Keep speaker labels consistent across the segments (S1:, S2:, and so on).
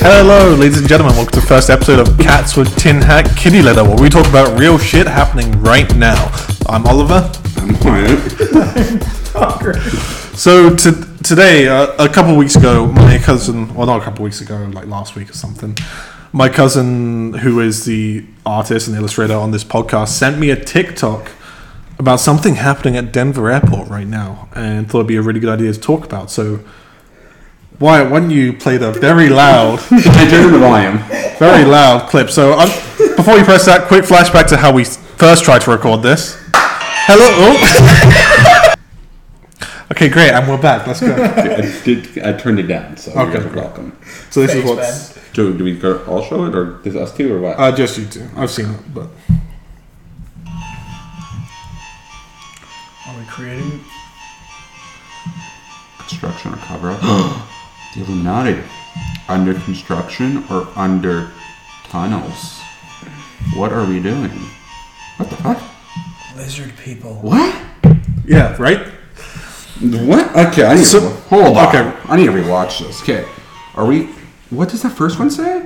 S1: Hello, ladies and gentlemen. Welcome to the first episode of Cats with Tin Hat Kitty Leather, where we talk about real shit happening right now. I'm Oliver. So to, today, uh, a couple weeks ago, my cousin, well, not a couple weeks ago, like last week or something, my cousin, who is the artist and illustrator on this podcast, sent me a TikTok about something happening at Denver Airport right now, and thought it'd be a really good idea to talk about. So. Why, why don't you play the very loud
S2: I turned the volume.
S1: Very loud clip. So um, before you press that, quick flashback to how we first tried to record this. Hello. oh. okay, great, and we're back. Let's go.
S2: I, did, I turned it down, so
S1: Okay.
S2: you're welcome.
S1: So this is
S3: Thanks,
S1: what's
S2: Do, do we go- all show it, or just us two, or what?
S1: uh, just you two. I've seen it, but
S3: Are we creating?
S2: construction or cover up? the Illuminati. Under construction or under tunnels? What are we doing? What the fuck?
S3: Lizard people.
S2: What?
S1: yeah, right.
S2: What? Okay, I need
S1: So-
S2: to hold on.
S1: okay.
S2: I need to rewatch this. Okay, are we? What does that first one say?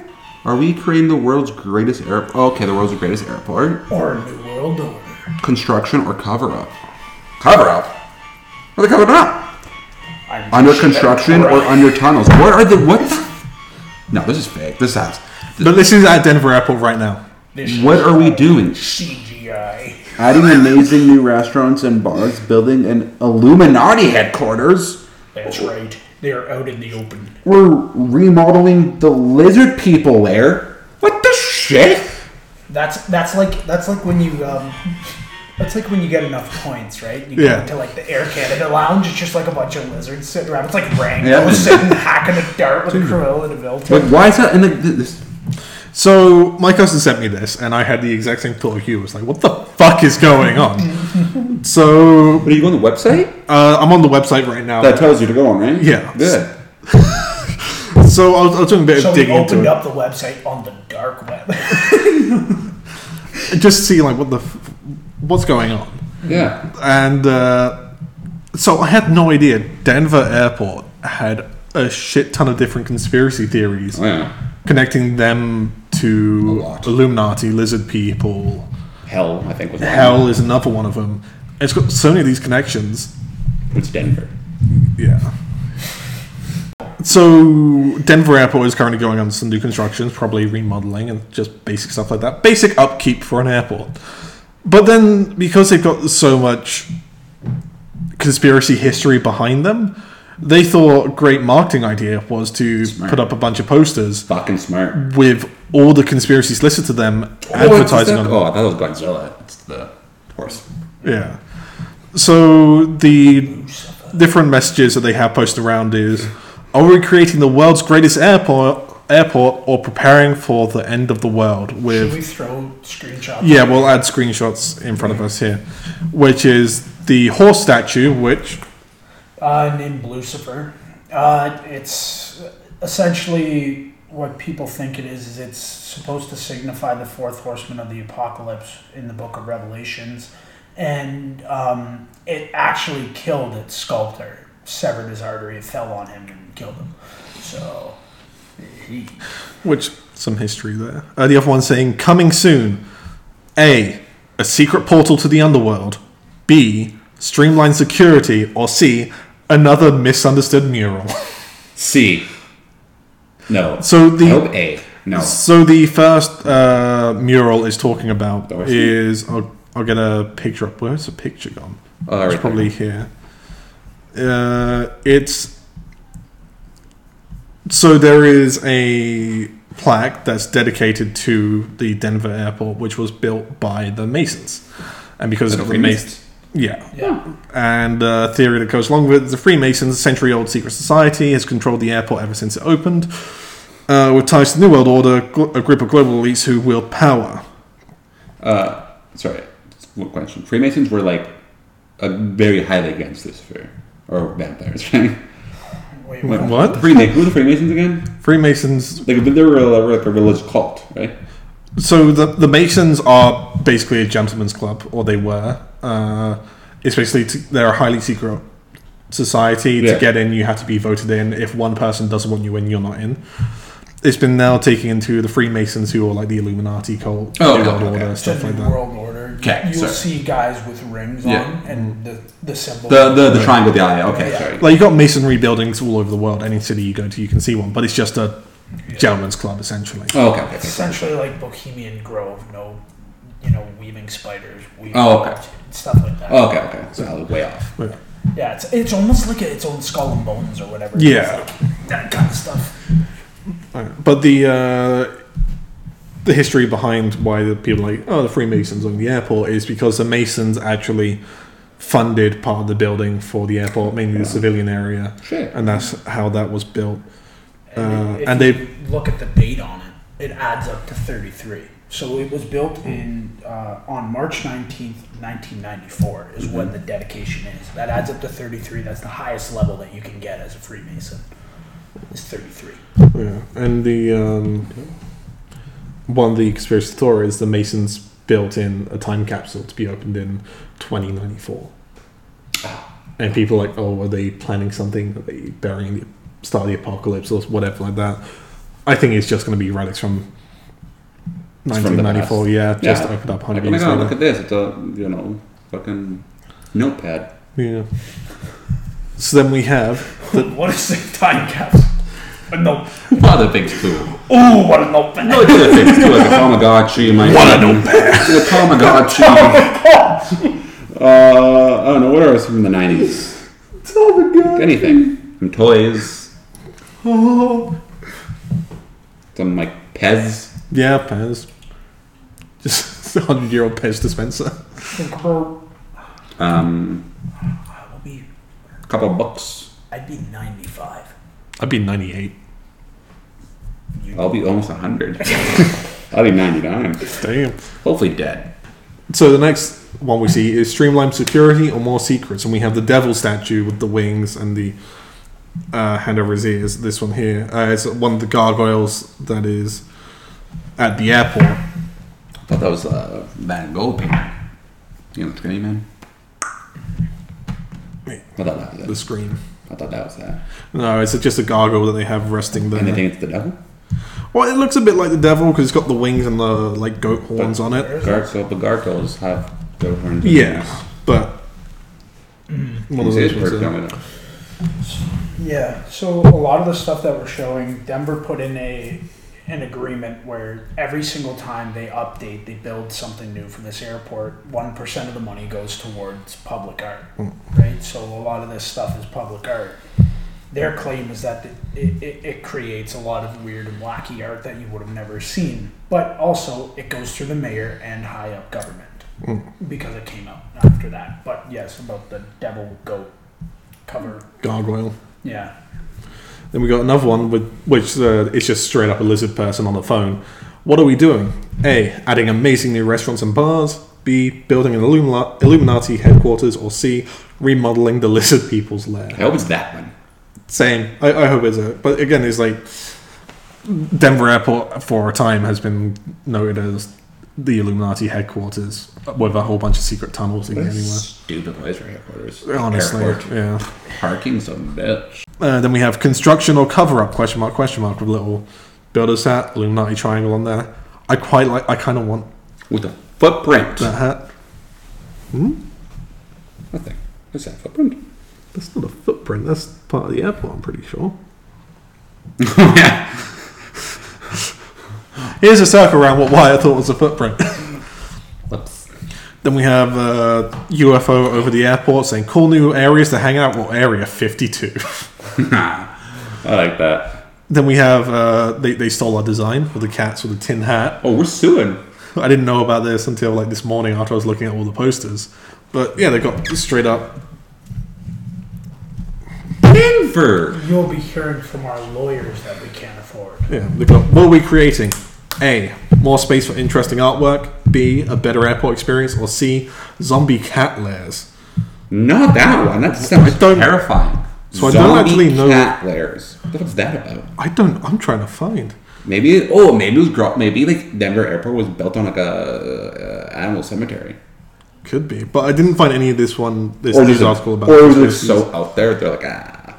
S2: Are we creating the world's greatest airport? okay, the world's greatest airport.
S3: Or a New World Order.
S2: construction or cover up? Cover up? What are they covering up?
S3: I'm
S2: Under construction or under tunnels? What are the what? the- No, this is fake. This has.
S1: But this is at Denver Airport right now.
S3: This
S2: What are we doing?
S3: CGI.
S2: Adding amazing new restaurants and bars, building an Illuminati headquarters.
S3: That's right. They are out in the open.
S2: We're remodeling the lizard people there. What the shit?
S4: That's that's like that's like when you um, that's like when you get enough points, right? You
S1: Yeah.
S4: go to like the Air Canada lounge. It's just like a bunch of lizards sitting around. It's like Rango
S2: Yeah.
S4: sitting hacking a dart with Cruella de Vil.
S2: Like, why is that in the this?
S1: So my cousin sent me this, and I had the exact same thought as you. It was like, what the fuck is going on? so
S2: But are you on the website?
S1: uh, I'm on the website right now.
S2: That tells you to go on, right?
S1: Yeah.
S2: Good.
S1: so I was, I was doing a bit
S4: So
S1: of
S4: we
S1: digging into it,
S4: opened up the website on the dark web.
S1: just to see like what the f- what's going on.
S2: Yeah.
S1: and uh, so I had no idea Denver Airport had a shit ton of different conspiracy theories
S2: Oh, yeah.
S1: connecting them
S2: A
S1: to
S2: lot.
S1: Illuminati, lizard people.
S2: Hell, I think was one.
S1: Hell is another one of them. It's got so many of these connections.
S2: It's Denver.
S1: Yeah. So Denver Airport is currently going on some new constructions, probably remodeling and just basic stuff like that. Basic upkeep for an airport. But then because they've got so much conspiracy history behind them, they thought a great marketing idea was to put up a bunch of posters
S2: Fucking smart.
S1: with all the conspiracies listed to them advertising on them.
S2: I thought it was Godzilla. It's the horse.
S1: Yeah. So the different messages that they have posted around is: Are we creating the world's greatest airport, airport, or preparing for the end of the world?
S4: Should we
S1: With
S4: throw screenshots?
S1: yeah, we'll add screenshots in front of us here, which is the horse statue, which
S4: Uh, named Lucifer. Uh, it's essentially what people think it is. Is it's supposed to signify the fourth horseman of the apocalypse in the Book of Revelations, and um, it actually killed its sculptor, severed his artery, it fell on him and killed him. So he
S1: which some history there. Uh, the other one saying coming soon. A, a secret portal to the underworld. B, streamlined security, or C, another misunderstood mural.
S2: C. No.
S1: So the-
S2: I hope A. No.
S1: So the first uh, mural is talking about
S2: Oh, I see.
S1: is I'll, I'll get a picture up. Where's the picture gone?
S2: Oh, right
S1: it's probably here. Uh, it's so there is a plaque that's dedicated to the Denver airport, which was built by the Masons, and because of the Masons, yeah,
S4: yeah.
S1: and uh, theory that goes along with it. The Freemasons, a century old secret society, has controlled the airport ever since it opened. Uh, with ties to the New World Order, gl- a group of global elites who wield power.
S2: Uh, sorry. Just One question. Freemasons were like uh, very highly against Lucifer or vampires, right?
S4: Wait,
S1: Wait,
S4: what?
S1: what?
S2: Freema- who were the Freemasons again?
S1: Freemasons.
S2: Like they were a- were like a religious cult, right?
S1: So the, the Masons are basically a gentleman's club, or they were. Uh, it's basically t- they're a highly secret society.
S2: Yeah.
S1: To get in, you have to be voted in. If one person doesn't want you in, you're not in. it's been now taken into the Freemasons, who are like the Illuminati cult,
S2: Oh,
S1: New
S2: okay,
S1: World
S2: okay.
S1: Order,
S4: It's a
S1: stuff like
S4: new
S1: that.
S4: world order.
S2: Okay,
S4: You'll
S2: sorry.
S4: see guys with rings
S2: Yeah.
S4: on and the, the symbol.
S2: The the, the triangle with the eye. Okay,
S4: Yeah.
S2: sorry.
S1: Like you've got masonry buildings all over the world. Any city you go to, you can see one, but it's just a gentleman's club essentially.
S2: Oh, okay, okay,
S4: It's
S2: okay.
S4: essentially like Bohemian Grove. No, you know, weaving spiders. Weaving
S2: Oh, okay.
S4: Stuff like that.
S2: Oh, okay, okay. So I was way off.
S1: But-
S4: Yeah, it's, it's almost like its own skull and bones or whatever. It's
S1: Yeah.
S4: like that kind of stuff.
S1: But the uh, the history behind why the people like oh the Freemasons on the airport is because the Masons actually funded part of the building for the airport, mainly the civilian area,
S2: Shit.
S1: and that's how that was built. Uh,
S4: And, if
S1: and
S4: you
S1: they-
S4: look at the date on it, it adds up to 33. So it was built in uh, on March 19th, 1994 is when
S1: Mm-hmm.
S4: the dedication is. That adds up to 33. That's the highest level that you can get as a Freemason. Is 33.
S1: Yeah, and the um, one of the conspiracy theories the Masons built in a time capsule to be opened in 2094. And people are like, oh, are they planning something? Are they burying the start of the apocalypse or whatever like that? I think it's just going to be relics from
S2: It's from the
S1: 1994. yeah, just opened up
S2: Like,
S1: 100
S2: oh my
S1: years
S2: god, look
S1: later.
S2: at this. It's a, you know, fucking notepad.
S1: Yeah. So then we have
S4: what is the time capsule? A note.
S2: Other things too.
S4: Oh, what a note.
S2: No, it's other things too, like a Tamagotchi. My what a notepad! The Tamagotchi. uh, I don't know, what else from the 90s? Anything. Some toys. Some, like, Pez.
S1: yeah, Pez. Just a 100 year old Pez dispenser.
S4: Think about
S2: Um,
S4: I would be
S2: a couple books.
S4: I'd be 95.
S1: I'd be 98.
S2: I'll be almost 100. I'll be 99.
S1: Damn.
S2: Hopefully dead.
S1: So the next one we see is streamlined security or more secrets, and we have the devil statue with the wings and the uh, hand over his ears. This one here uh, is one of the gargoyles that is at the airport.
S2: I thought that was uh, Van Gogh painting. You know, Screaming Man? I thought that was
S1: The
S2: it.
S1: screen.
S2: I thought that was that.
S1: No, it's just a gargoyle that they have resting
S2: And they
S1: there.
S2: think it's the devil?
S1: Well, it looks a bit like the devil because it's got the wings and the like goat horns on it.
S2: Gargoyle, but gargoyles have goat horns.
S1: Yeah, but one of
S2: These
S1: those
S2: days
S1: ones.
S2: we're
S1: uh,
S2: coming up.
S4: Yeah, so a lot of the stuff that we're showing, Denver put in a an agreement where every single time they update, they build something new for this airport, 1% of the money goes towards public art, right? So a lot of this stuff is public art. Their claim is that it, it, it creates a lot of weird and wacky art that you would have never seen, but also it goes through the mayor and high up government because it came out after that. But yes, about the devil goat cover.
S1: uh, Gargoyle.
S4: Yeah.
S1: Then we got another one with which uh, it's just straight up a lizard person on the phone. What are we doing? A. Adding amazing new restaurants and bars. B. Building an Illumina- Illuminati headquarters. Or C. Remodeling the lizard people's
S2: I
S1: lair.
S2: hope it's that one.
S1: Same. I, I hope it's a. But again, it's like Denver Airport for a time has been noted as the Illuminati headquarters with a whole bunch of secret tunnels in anywhere.
S2: Stupid place for headquarters.
S1: Honestly,
S2: Airport.
S1: yeah.
S2: Parking's a bitch.
S1: Uh, then we have construction or cover up question mark question mark with little builder's hat, Illuminati triangle on there. I quite like. I kind of want
S2: With a footprint.
S1: that hat.
S2: Nothing. What's that footprint?
S1: That's not a footprint. That's part of the airport. I'm pretty sure.
S2: yeah.
S1: Here's a circle around what why I thought was a footprint.
S2: Whoops.
S1: then we have uh, UFO over the airport saying cool new areas to hang out. Well, area 52.
S2: I like that.
S1: then we have uh, they they stole our design with the cats with a tin hat.
S2: Oh, we're suing.
S1: I didn't know about this until like this morning after I was looking at all the posters. But yeah, they got straight up
S2: Denver.
S4: You'll be hearing from our lawyers that we can't afford.
S1: Yeah, they've got what are we creating? A. More space for interesting artwork. B. A better airport experience. Or C. Zombie cat lairs.
S2: Not that one. That sounds
S1: I don't-
S2: terrifying.
S1: So I don't actually know-
S2: cat lairs. What the fuck's that about?
S1: I don't. I'm trying to find.
S2: Maybe oh maybe it was gro- maybe like Denver Airport was built on like a uh, animal cemetery.
S1: Could be, but I didn't find any of this one. This,
S2: Or
S1: this
S2: just
S1: article about.
S2: or it was
S1: conspiracies.
S2: so out there they're like ah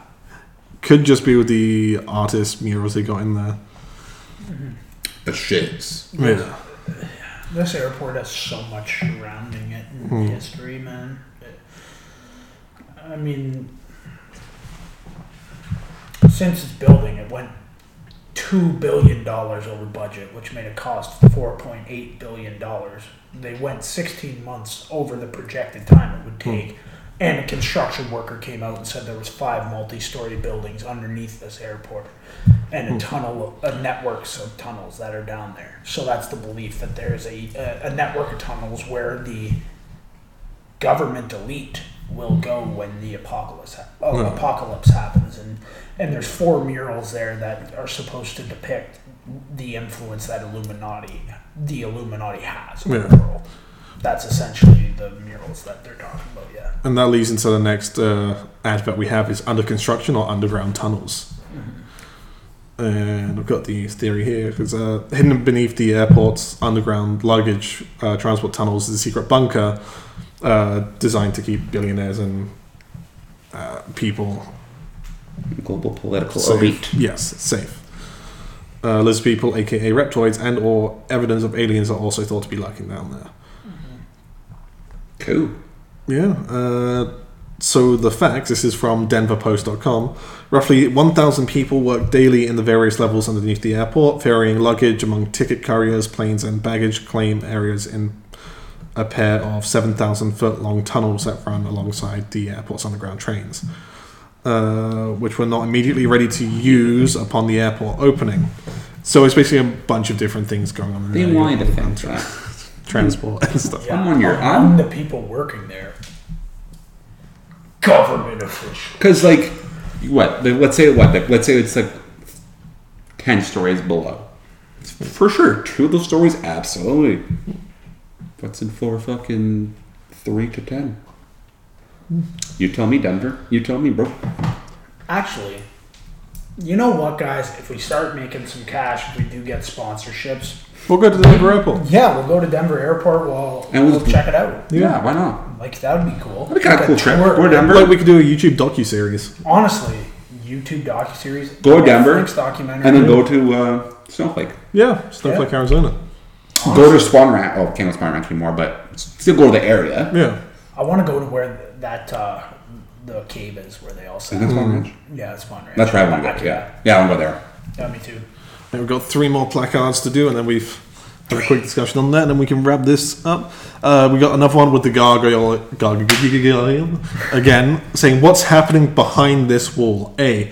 S1: Could just be with the artist murals they got in there.
S2: the shits.
S1: Yeah.
S4: This airport has so much surrounding it in
S1: Hmm.
S4: history, man. I mean, since its building, it went two billion dollars over budget, which made it cost four point eight billion dollars. They went sixteen months over the projected time it would take. And a construction worker came out and said there was five multi-story buildings underneath this airport, and a tunnel, a networks of tunnels that are down there. So that's the belief that there is a a, a network of tunnels where the government elite will go when the apocalypse ha- oh,
S1: Yeah.
S4: apocalypse happens and and there's four murals there that are supposed to depict the influence that Illuminati the Illuminati has on
S1: Yeah.
S4: the world. That's essentially the murals that they're talking about, yeah.
S1: And that leads into the next uh, ad that we have is under construction or underground tunnels. And I've got the theory here because uh, hidden beneath the airport's underground luggage uh, transport tunnels is a secret bunker uh, designed to keep billionaires and uh, people
S2: Global political elite.
S1: safe. Yes, safe. Uh, lizard people, aka reptoids, and or evidence of aliens are also thought to be lurking down there.
S2: Cool.
S1: Yeah. Uh, so the facts, this is from denverpost.com. Roughly 1,000 people work daily in the various levels underneath the airport, ferrying luggage among ticket carriers, planes, and baggage claim areas in a pair of 7,000 foot long tunnels that run alongside the airport's underground trains, uh, which were not immediately ready to use upon the airport opening. So it's basically a bunch of different things going on. in
S2: They
S1: the
S2: wanted to
S1: underground
S2: fix that.
S1: transport and stuff.
S4: yeah.
S2: Someone you're
S4: among
S2: on?
S4: the people working there. Government officials.
S2: Because, like, what? the- Let's say what? the- Let's say it's like ten stories below. For sure, two of those stories, absolutely. What's in floor fucking three to ten? You tell me, Denver. You tell me, bro.
S4: Actually, you know what, guys? If we start making some cash, if we do get sponsorships,
S1: We'll go to the Denver airport.
S4: yeah, we'll go to Denver Airport. We'll,
S2: And we'll-
S4: we'll check it out.
S1: Yeah.
S2: Yeah, why not?
S4: Like, that would be cool.
S2: What a kind of
S4: Like
S2: cool trip.
S4: tour.
S2: Go to Denver.
S1: Like we could do a YouTube docu series.
S4: Honestly, YouTube docuseries.
S2: Go to Denver,
S4: Netflix documentary.
S2: and then go to uh, Snowflake.
S1: Yeah, Snowflake, Arizona.
S2: Go to Spawn Ranch. Oh, can't go to Spawn Ranch anymore, but still go to the area.
S1: Yeah.
S4: I want to go to where th- that uh, the cave is, where they all
S2: Is
S4: sit.
S2: that Spawn Ranch?
S4: Yeah, it's fun. Ranch.
S2: That's where I want to go. Yeah, yeah, I want to go there.
S4: Yeah, me too.
S1: And we've got three more placards to do, and then we've had a quick discussion on that, and then we can wrap this up. Uh, we got another one with the gargoyle, gargoyle again, saying, What's happening behind this wall? A.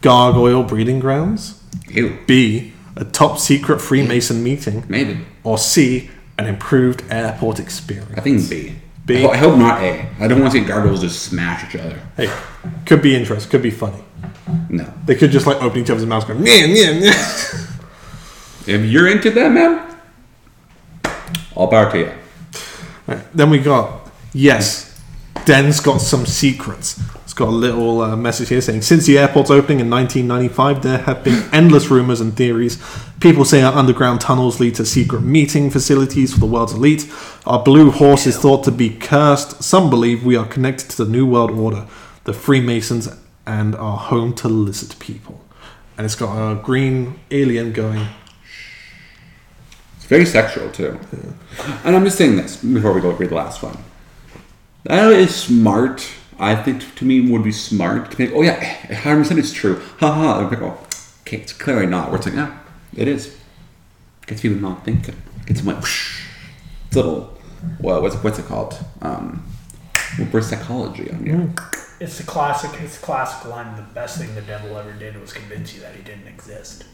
S1: Gargoyle breeding grounds.
S2: Ew,
S1: B. A top secret Freemason meeting.
S2: maybe.
S1: Or C. An improved airport experience.
S2: I think B.
S1: B.
S2: I ho- I hope not A. I don't want to see gargoyles just smash each other.
S1: Hey, could be interesting, could be funny.
S2: No.
S1: They could just like open each other's mouths going, yeah, yeah, yeah.
S2: If you're into that, man, all power to you.
S1: Right, Then we got yes. Den's got some secrets. It's got a little uh, message here saying since the airport's opening in 1995, there have been endless rumors and theories. People say our underground tunnels lead to secret meeting facilities for the world's elite. Our blue horse is thought to be cursed. Some believe we are connected to the New World Order, the Freemasons, and are home to lizard people. And it's got a green alien going.
S2: It's very sexual, too. And I'm just saying this before we go read the last one. That is smart. I think to me would be smart to think, oh, yeah, 100% it's true. Ha ha. They're like, oh, okay, it's clearly not. Where it's like, no, it is. Gets people not thinking. Gets them like, whoosh. It's a little, well, what's, what's it called? Um, reverse psychology on you.
S4: It's the classic. It's the classic line. The best thing the devil ever did was convince you that he didn't exist.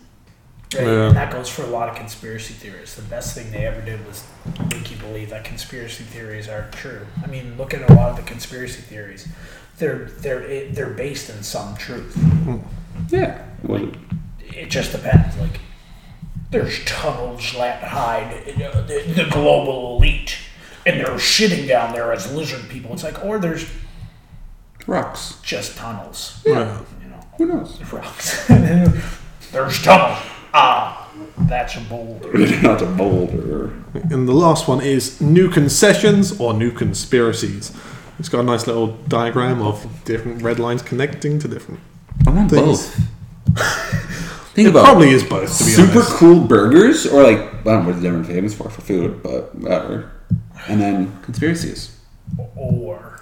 S4: Right?
S1: Yeah.
S4: And that goes for a lot of conspiracy theorists. The best thing they ever did was make you believe that conspiracy theories are true. I mean, look at a lot of the conspiracy theories. They're they're they're based in some truth.
S2: Yeah. Well,
S4: It just depends. Like, there's tunnels that hide you know, the, the global elite, and they're shitting down there as lizard people. It's like, or there's
S2: rocks.
S4: just tunnels.
S1: Yeah.
S4: You know.
S2: Who knows?
S4: rocks. There's tunnel. Ah, that's a boulder.
S2: Not a boulder.
S1: And the last one is new concessions or new conspiracies. It's got a nice little diagram of different red lines connecting to different
S2: I want
S1: things.
S2: both. Think
S1: It
S2: about
S1: probably is both. To be
S2: super
S1: honest.
S2: cool burgers or like I don't know what they're famous for for food, but whatever. And then conspiracies.
S4: or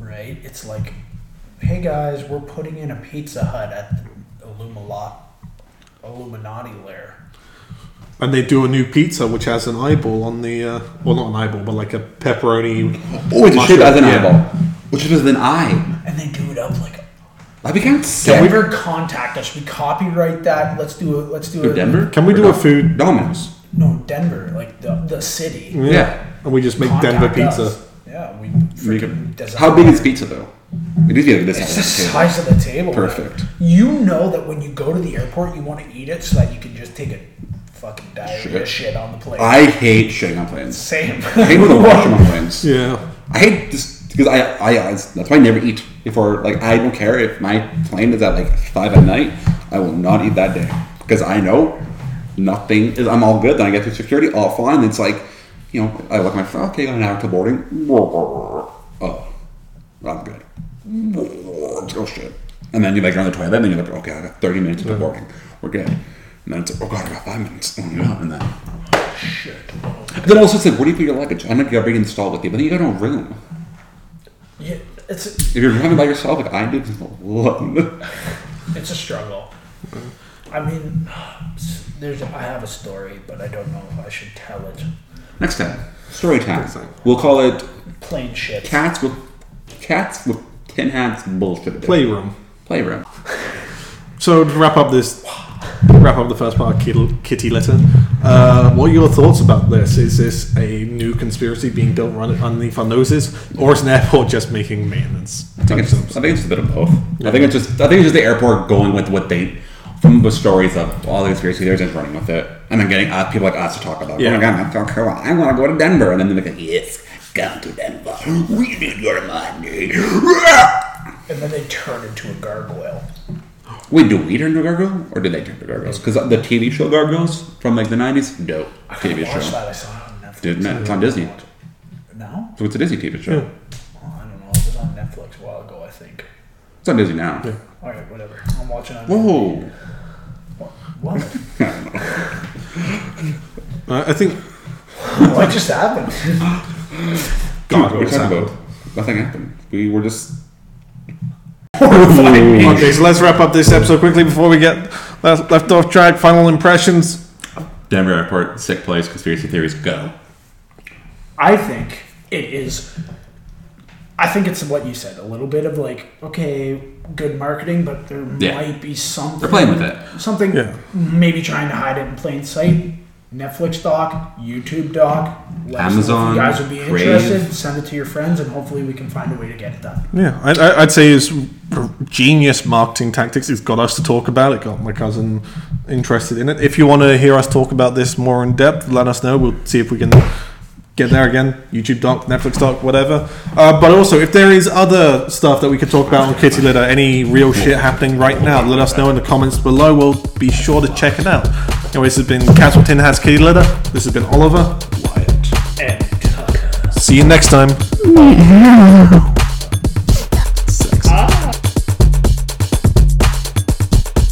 S3: right? It's like, hey guys, we're putting in a Pizza Hut at the Illumilot, Illuminati lair.
S1: And they do a new pizza which has an eyeball on the uh, well, not an eyeball, but like a pepperoni.
S2: Oh, it's a shape
S1: mushroom,
S2: as an
S1: yeah.
S2: eyeball, which is an eye.
S3: And they do it up like,
S2: That becomes
S3: yeah,
S2: sick.
S3: we ever contact us. We copyright that. Let's do it. Let's do
S2: For
S3: it.
S2: Denver?
S1: Can we
S2: Or
S1: do a
S2: Dom-
S1: food-
S2: Domino's?
S3: No, Denver, like the, the city.
S1: Yeah.
S2: Yeah.
S1: and we just make
S3: Contact
S1: Denver pizza.
S3: us. Yeah, we
S2: We
S3: freaking
S2: could-
S3: design.
S2: How big is pizza though? It is like this
S3: It's the
S2: size.
S3: size of the table.
S2: Perfect.
S3: You know that when you go to the airport, you want to eat it so that you can just take a fucking diarrhea
S2: Shit.
S3: shit, on the plate.
S2: I hate shitting on planes.
S3: Same.
S2: I hate when the washroom on planes.
S1: Yeah,
S2: I hate this because I, I, I that's why I never eat before. Like I don't care if my plane is at like five at night. I will not eat that day because I know nothing is. I'm all good. Then I get through security, all fine. It's like you know, I look at my phone. Okay, got an hour to boarding. Oh, I'm good. Oh shit. And then you like go on the toilet, and then you're like, okay, I got 30 minutes to boarding. We're good. And then it's like, oh god, I got five minutes. Oh no, and then. But then also it's like, where do you put your luggage? I know you gotta bring it installed with you, but then you got no room.
S3: Yeah, it's
S2: If you're driving by yourself, like I do, it's alone.
S3: it's a struggle. I mean, there's I have a story, but I don't know if I should tell it.
S2: Next time, story time.
S1: time.
S2: We'll call it
S3: Plain shit.
S2: cats with cats with tin hats bullshit.
S1: playroom.
S2: playroom.
S1: So to wrap up this, wrap up the first part, Kitty, kitty litter. Uh, what are your thoughts about this? Is this a new conspiracy being built right underneath our noses, or is an airport just making maintenance?
S2: I think, it's, I think it's a bit of both. I think it's just I think it's just the airport going with what they from the stories of all the conspiracy theories and running with it, and then getting uh, people like us to talk about. it.
S1: Yeah.
S2: Oh my god, I'm from Carolina. I want to go to Denver, and then they're like, yes, come to Denver. We need your money.
S3: And then they turn into a gargoyle.
S2: Wait, do we turn to gargoyle, or did they turn to gargoyles? Because the TV show Gargoyles from like the '90s, no
S3: I
S2: TV
S3: watched
S2: show.
S3: that. I saw it on Netflix.
S2: Didn't it? It's on Disney.
S3: No,
S2: So it's a Disney TV show.
S3: Well, I don't know. It was on Netflix a while ago, I think.
S2: It's on Disney now.
S3: All right, whatever. I'm watching on.
S2: Whoa.
S3: What?
S1: Uh, I think
S3: what just happened?
S2: God,
S1: Dude,
S2: what are we
S1: what's
S2: talking
S1: happened?
S2: about? Nothing happened. We were just.
S1: Okay, so let's wrap up this episode quickly before we get left, left off track. Final impressions.
S2: Denver airport, sick place, conspiracy theories, go.
S4: I think it is. I think it's what you said. A little bit of like, okay, good marketing, but there
S2: Yeah.
S4: might be something.
S2: They're playing with it.
S4: Something
S1: Yeah.
S4: maybe trying to hide it in plain sight. Netflix doc, YouTube doc. Let us know if
S2: Amazon,
S4: you guys would be
S2: Crave.
S4: interested. Send it to your friends, and hopefully we can find a way to get it done.
S1: Yeah, I, I, I'd say his genius marketing tactics. It's got us to talk about it. Got my cousin interested in it. If you want to hear us talk about this more in depth, let us know. We'll see if we can get there again. YouTube doc, Netflix doc, whatever. Uh, but also, if there is other stuff that we could talk about on Kitty Litter, any real shit happening right now, let us know in the comments below. We'll be sure to check it out. Anyway, this has been Castle Tin Hats Kitty Litter. This has been Oliver.
S3: And Tucker.
S1: See you next time.